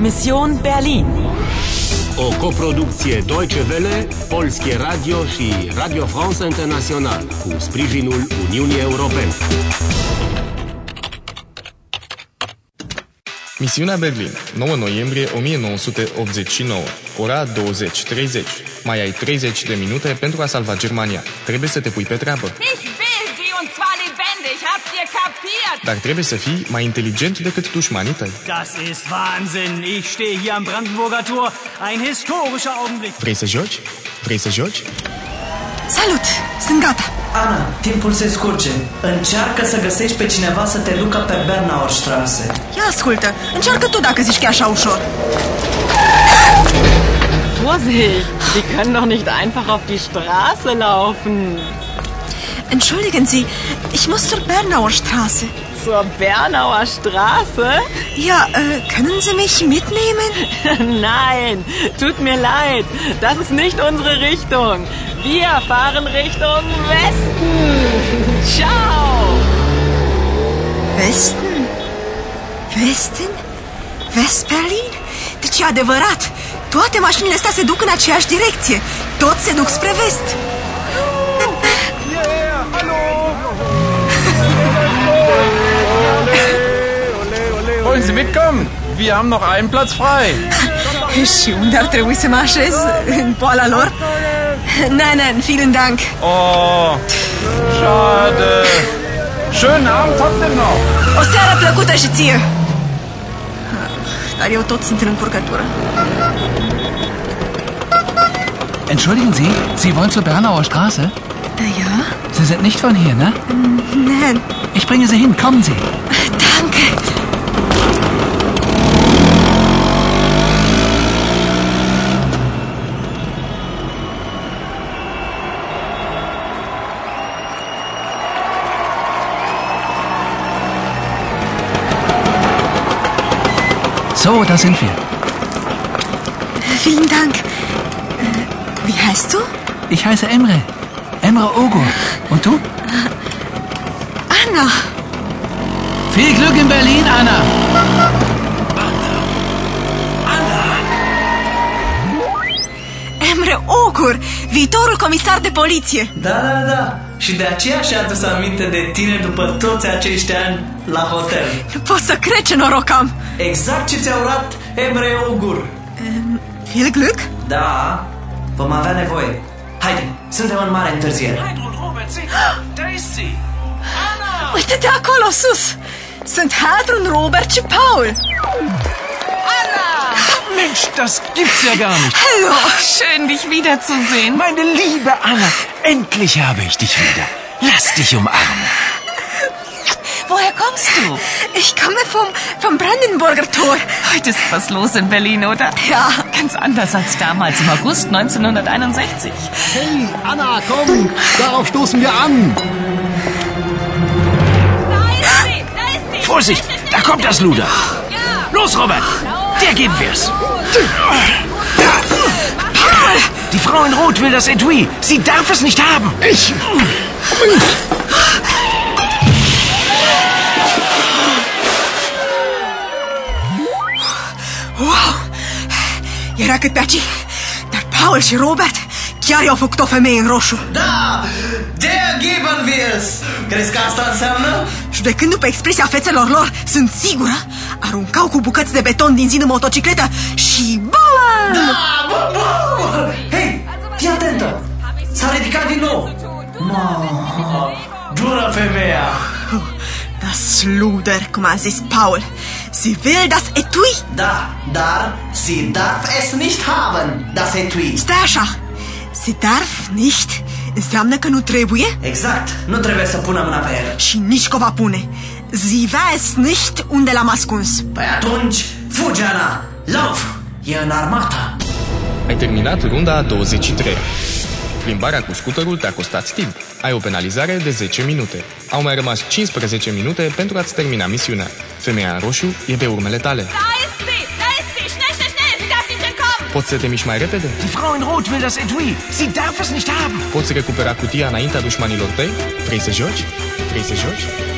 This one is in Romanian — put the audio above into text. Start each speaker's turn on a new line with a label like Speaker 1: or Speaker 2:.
Speaker 1: Mission Berlin.
Speaker 2: O coproducție Deutsche Welle, Polskie Radio și Radio France International cu sprijinul Uniunii Europene.
Speaker 3: Misiunea Berlin, 9 noiembrie 1989, ora 20.30. Mai ai 30 de minute pentru a salva Germania. Trebuie să te pui pe treabă,
Speaker 4: Ich will sie und zwar lebendig. Habt ihr kapiert?
Speaker 3: dar trebuie să fii mai inteligent decât dușmanii tăi.
Speaker 5: Das ist Wahnsinn. Ich stehe hier am Brandenburger Tor. Ein historischer Augenblick.
Speaker 3: Vrei să joci? Vrei să joci?
Speaker 1: Salut! Sunt gata!
Speaker 6: Ana, timpul se scurge. Încearcă să găsești pe cineva să te ducă pe Bernauer Straße.
Speaker 7: Ia ascultă, încearcă tu dacă zici că e așa ușor.
Speaker 8: Vorsicht, Sie können doch nicht einfach auf die Straße laufen.
Speaker 7: Entschuldigen Sie, ich muss zur Bernauer Straße.
Speaker 8: Zur Bernauer Straße?
Speaker 7: Ja, äh, können Sie mich mitnehmen?
Speaker 8: Nein, tut mir leid, das ist nicht unsere Richtung. Wir fahren Richtung Westen. Ciao.
Speaker 7: Westen? Westen? West Berlin? Deci e adevărat. Toate mașinile astea se duc în aceeași direcție. Toți se duc spre vest.
Speaker 9: Wollen Sie mitkommen? Wir haben noch einen Platz frei.
Speaker 7: Și unde ar trebui să mă așez? În poala lor? Nein, nein, vielen Dank.
Speaker 9: Oh, schade. Schönen Abend trotzdem noch.
Speaker 7: O seară plăcută și ție! Ah, Dar eu tot sunt în încurcătură.
Speaker 10: Entschuldigen Sie, Sie wollen zur Bernauer Straße?
Speaker 7: Ja?
Speaker 10: Sie sind nicht von hier, ne?
Speaker 7: Nein,
Speaker 10: Ich bringe Sie hin, kommen Sie.
Speaker 7: danke.
Speaker 10: So, da sind wir.
Speaker 7: Vielen Dank. Äh, Wie heißt du?
Speaker 10: Ich heiße Emre. Emre Ogur. Und du?
Speaker 7: Anna.
Speaker 10: Viel Glück in Berlin, Anna.
Speaker 7: Emre Ogur, viitorul comisar de poliție.
Speaker 6: Da, da, da. Și de aceea și-a adus aminte de tine după toți acești ani la hotel.
Speaker 7: Nu pot să cred ce noroc am.
Speaker 6: Exact ce ți-a urat Emre Ogur.
Speaker 7: Viel Glück?
Speaker 6: Da, vom avea nevoie. Haide, suntem în mare întârziere.
Speaker 7: Uite-te acolo, sus. Sunt Hadron, Robert și Paul.
Speaker 5: Mensch, das gibt's ja gar nicht.
Speaker 7: Hello.
Speaker 8: oh, Schön, dich wiederzusehen.
Speaker 5: Meine liebe Anna, endlich habe ich dich wieder. Lass dich umarmen.
Speaker 8: Woher kommst du?
Speaker 7: Ich komme vom, vom Brandenburger Tor.
Speaker 8: Heute ist was los in Berlin, oder?
Speaker 7: Ja.
Speaker 8: Ganz anders als damals im August 1961.
Speaker 2: Hey, Anna, komm! Darauf stoßen wir an!
Speaker 4: Da ist sie, da ist sie.
Speaker 9: Vorsicht, da kommt das Luder. Los, Robert. Der geben wir's. Die Frau in Rot will das Etui. Sie darf es nicht haben. Ich.
Speaker 7: Wow! Era cât pe aici. Dar Paul și Robert chiar i-au făcut o femeie în roșu.
Speaker 6: Da! Der geben wir's! Crezi că asta înseamnă?
Speaker 7: Judecându pe expresia fețelor lor, sunt sigură, aruncau cu bucăți de beton din zid în motocicletă și... Bam!
Speaker 6: Da, bă, bă! Hei, fii atentă! S-a ridicat din nou! Ma, dură femeia!
Speaker 7: Das Luder, Da, cum a zis Paul. Sie will das Etui.
Speaker 6: Da, dar sie darf es nicht haben, da das etui.
Speaker 7: Stai așa. Sie darf nicht înseamnă că nu trebuie
Speaker 6: Exact, nu trebuie să pună mâna pe el.
Speaker 7: și nici că o va pune. Sie weiß nicht unde l-am ascuns.
Speaker 6: Păi atunci, fuge, Ana! Lauf! E în armata!
Speaker 3: Ai terminat runda a 23 Plimbarea cu scuterul te-a costat timp. Ai o penalizare de 10 minute. Au mai rămas 15 minute pentru a-ți termina misiunea. Femeia în roșu e pe urmele tale.
Speaker 4: Da ist sie, da ist sie. Schnell, schnell, schnell. Sie darf nicht entkommen.
Speaker 3: Poți să te miști mai repede?
Speaker 9: Die Frau in Rot will das Etui. Sie darf es nicht haben.
Speaker 3: Poți recupera cutia înaintea dușmanilor tăi? Vrei să joci? Vrei să joci?